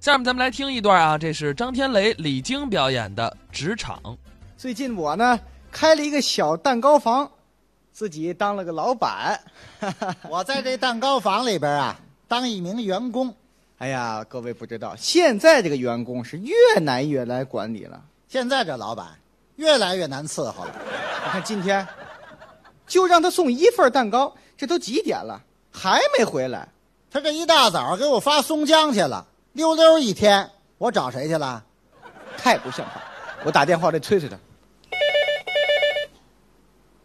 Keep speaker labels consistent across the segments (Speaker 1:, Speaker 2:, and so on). Speaker 1: 下面咱们来听一段啊，这是张天雷、李菁表演的《职场》。
Speaker 2: 最近我呢开了一个小蛋糕房，自己当了个老板。
Speaker 3: 我在这蛋糕房里边啊，当一名员工。
Speaker 2: 哎呀，各位不知道，现在这个员工是越难越来管理了。
Speaker 3: 现在这老板越来越难伺候了。
Speaker 2: 你看今天，就让他送一份蛋糕，这都几点了，还没回来？
Speaker 3: 他这一大早给我发松江去了，溜溜一天。我找谁去了？
Speaker 2: 太不像话！我打电话得催催他。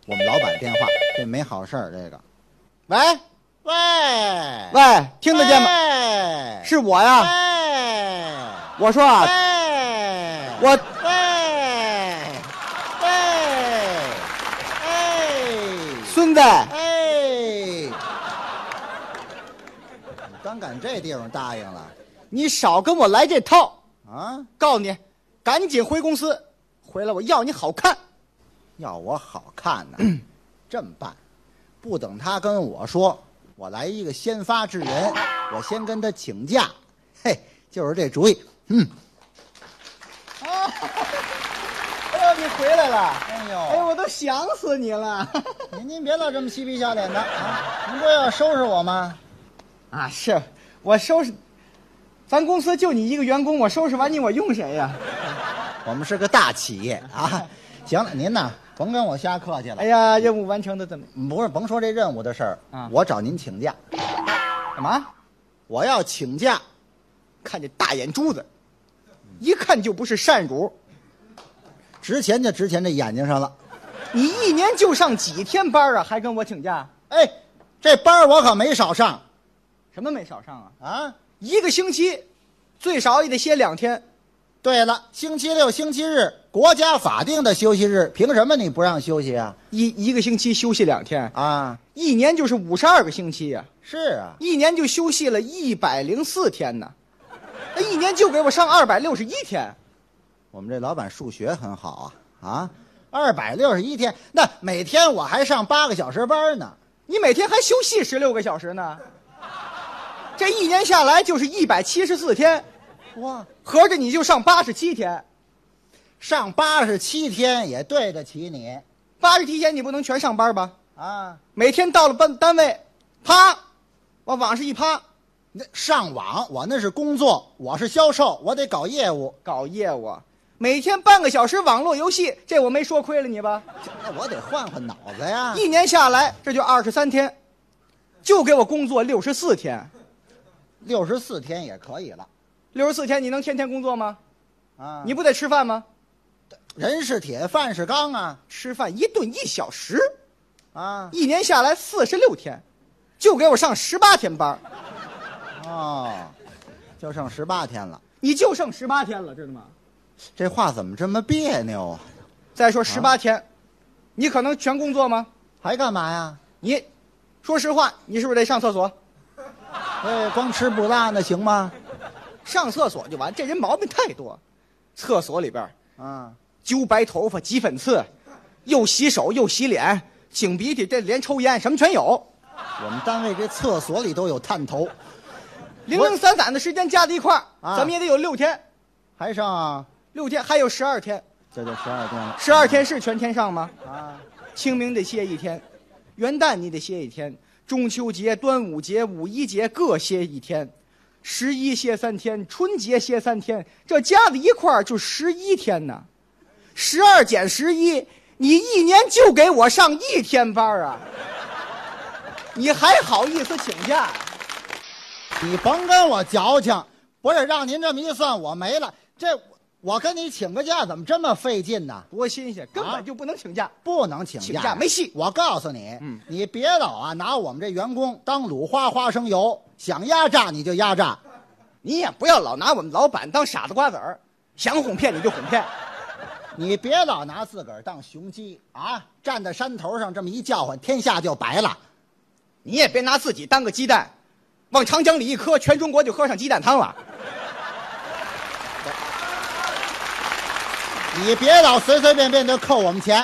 Speaker 3: 我们老板电话，这没好事儿。这个，喂喂
Speaker 2: 喂，听得
Speaker 3: 哎
Speaker 2: 见吗？
Speaker 3: 吗
Speaker 2: 是我呀，
Speaker 3: 喂
Speaker 2: 我说啊，
Speaker 3: 喂
Speaker 2: 我
Speaker 3: 喂喂
Speaker 2: 孙子，
Speaker 3: 喂喂，哎 你刚赶这地方答应了
Speaker 2: 你少跟我来这套！
Speaker 3: 啊？
Speaker 2: 告诉你，赶紧回公司，回来我要你好看。
Speaker 3: 要我好看呢、 这么办，不等他跟我说，我来一个先发制人，我先跟他请假。嘿，就是这主意。 嗯，
Speaker 2: 哎呦，你回来了！
Speaker 3: 哎
Speaker 2: 哎呦，
Speaker 3: 呦，
Speaker 2: 我都想死你 了！
Speaker 3: 您您别老这么嬉皮笑脸的啊！您不是要收拾我吗？
Speaker 2: 啊，是我收拾，咱公司就你一个员工，我收拾完你，我用谁呀？
Speaker 3: 我们是个大企业啊。行了，您呐，甭跟我瞎客气了。
Speaker 2: 哎呀，任务完成的怎么？
Speaker 3: 不是，甭说这任务的事儿
Speaker 2: 啊，
Speaker 3: 我找您请假，
Speaker 2: 干嘛？
Speaker 3: 我要请假。
Speaker 2: 看这大眼珠子，一看就不是善主。
Speaker 3: 值钱就值钱这眼睛上了。
Speaker 2: 你一年就上几天班啊？还跟我请假？
Speaker 3: 哎，这班儿我可没少上
Speaker 2: 什么没少上啊？
Speaker 3: 啊。
Speaker 2: 一个星期，最少也得歇两天。
Speaker 3: 对了，星期六、星期日，国家法定的休息日，凭什么你不让休息啊？
Speaker 2: 一一个星期休息两天，
Speaker 3: 啊，
Speaker 2: 一年就是五十二个星期呀、
Speaker 3: 是啊，
Speaker 2: 一年就休息了一百零四天呢，那一年就给我上二百六十一天。
Speaker 3: 我们这老板数学很好啊啊，二百六十一天，那每天我还上八个小时班呢。
Speaker 2: 你每天还休息十六个小时呢，这一年下来就是一百七十四天，
Speaker 3: 哇，
Speaker 2: 合着你就上八十七天，
Speaker 3: 上八十七天也对得起你
Speaker 2: 八十七天你不能全上班吧？
Speaker 3: 啊！
Speaker 2: 每天到了班单位，啪，往网上一趴，
Speaker 3: 那上网我那是工作，我是销售，我得搞业务，
Speaker 2: 搞业务，每天半个小时网络游戏，这我没说亏了你吧？
Speaker 3: 这那我得换换脑子呀。
Speaker 2: 一年下来这就二十三天，就给我工作六十四天，
Speaker 3: 六十四天也可以了
Speaker 2: 六十四天你能天天工作吗？
Speaker 3: 啊！
Speaker 2: 你不得吃饭吗？
Speaker 3: 人是铁，饭是钢啊
Speaker 2: 吃饭一顿一小时，
Speaker 3: 啊！
Speaker 2: 一年下来四十六天，就给我上十八天班儿，
Speaker 3: 哦，就剩十八天了，
Speaker 2: 你就剩十八天了，知道吗？
Speaker 3: 这话怎么这么别扭啊？
Speaker 2: 再说十八天，你可能全工作吗？
Speaker 3: 还干嘛呀？
Speaker 2: 你，说实话，你是不是得上厕所？
Speaker 3: 哎，光吃不拉那行吗？
Speaker 2: 上厕所就完，这人毛病太多。厕所里边儿
Speaker 3: 啊，
Speaker 2: 揪白头发、挤粉刺，又洗手又洗脸，擤鼻涕，这连抽烟什么全有，
Speaker 3: 我们单位这厕所里都有探头，
Speaker 2: 零零散散的时间加在一块儿，
Speaker 3: 啊
Speaker 2: 咱们也得有六天，
Speaker 3: 还剩啊
Speaker 2: 六天还有十二天，
Speaker 3: 这就十二天了
Speaker 2: 十二天是全天上吗？
Speaker 3: 啊！
Speaker 2: 清明得歇一天，元旦你得歇一天，中秋节、端午节、五一节各歇一天，十一歇三天，春节歇三天，这加在一块儿就十一天呢。十二减十一，你一年就给我上一天班儿啊！你还好意思请假呀？
Speaker 3: 你甭跟我矫情，不是让您这么一算，我没了。这我跟你请个假怎么这么费劲呢？
Speaker 2: 多新鲜，根本就不能请假。
Speaker 3: 不能请假，
Speaker 2: 请假没戏
Speaker 3: 我告诉你，
Speaker 2: 嗯
Speaker 3: 你别老啊拿我们这员工当鲁花花生油，想压榨你就压榨。
Speaker 2: 你也不要老拿我们老板当傻子瓜子儿，想哄骗你就哄骗。
Speaker 3: 你别老拿自个儿当雄鸡啊！站在山头上这么一叫唤，天下就白了。
Speaker 2: 你也别拿自己当个鸡蛋，往长江里一磕，全中国就喝上鸡蛋汤了。
Speaker 3: 你别老随随便便就扣我们钱，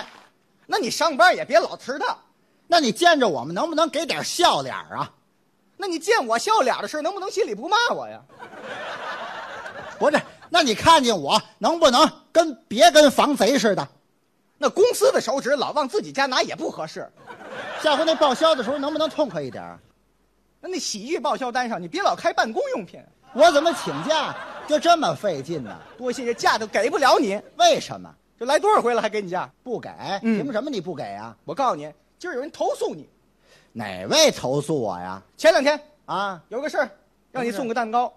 Speaker 2: 那你上班也别老迟到，
Speaker 3: 那你见着我们能不能给点笑脸啊？
Speaker 2: 那你见我笑脸的事儿能不能心里不骂我呀？
Speaker 3: 不是，那你看见我能不能跟别跟防贼似的？
Speaker 2: 那公司的手指老往自己家拿也不合适。
Speaker 3: 下回那报销的时候能不能痛快一点儿？
Speaker 2: 那那洗浴报销单上你别老开办公用品，
Speaker 3: 我怎么请假就这么费劲呢？
Speaker 2: 多些假都给不了你，
Speaker 3: 为什么
Speaker 2: 就来多少回了还给你假？
Speaker 3: 不给？
Speaker 2: 嗯
Speaker 3: 凭什么你不给啊？
Speaker 2: 我告诉你，今儿有人投诉你，
Speaker 3: 哪位投诉我呀？
Speaker 2: 前两天
Speaker 3: 啊
Speaker 2: 有个事儿，让你
Speaker 3: 什么事儿
Speaker 2: 送个蛋糕，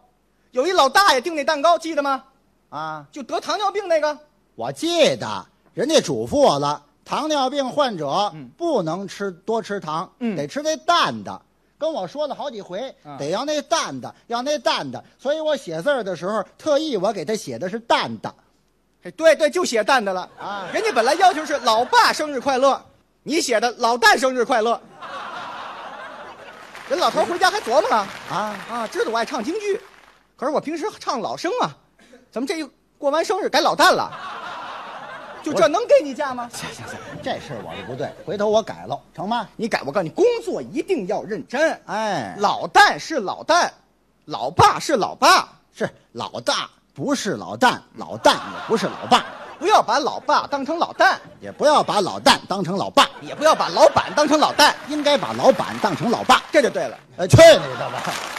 Speaker 2: 有一老大爷订那蛋糕，记得吗？
Speaker 3: 啊！
Speaker 2: 就得糖尿病那个，
Speaker 3: 我记得人家嘱咐我了，糖尿病患者
Speaker 2: 嗯
Speaker 3: 不能吃多吃糖，
Speaker 2: 嗯
Speaker 3: 得吃那淡的。跟我说了好几回，
Speaker 2: 啊
Speaker 3: 得要那淡的，要那淡的。所以我写字儿的时候，特意我给他写的是淡的。
Speaker 2: 哎，对对，就写蛋的了
Speaker 3: 啊
Speaker 2: 人家本来要求是老爸生日快乐，你写的老蛋生日快乐。人老头回家还琢磨呢，
Speaker 3: 啊，
Speaker 2: 啊，知道我爱唱京剧，可是我平时唱老生啊，怎么这一过完生日改老旦了？就这能给你假吗？
Speaker 3: 行行行，这事儿我的不对，回头我改了，成吗？
Speaker 2: 你改，我告诉你，工作一定要认真。啊
Speaker 3: 哎，
Speaker 2: 老旦是老旦，老爸是老爸，
Speaker 3: 是老大，不是老旦，老旦也不是老爸，
Speaker 2: 不要把老爸当成老旦，
Speaker 3: 也不要把老旦当成老爸，
Speaker 2: 也不要把老板当成老旦，
Speaker 3: 应该把老板当成老爸。
Speaker 2: 这就对了。
Speaker 3: 呃，去你的吧！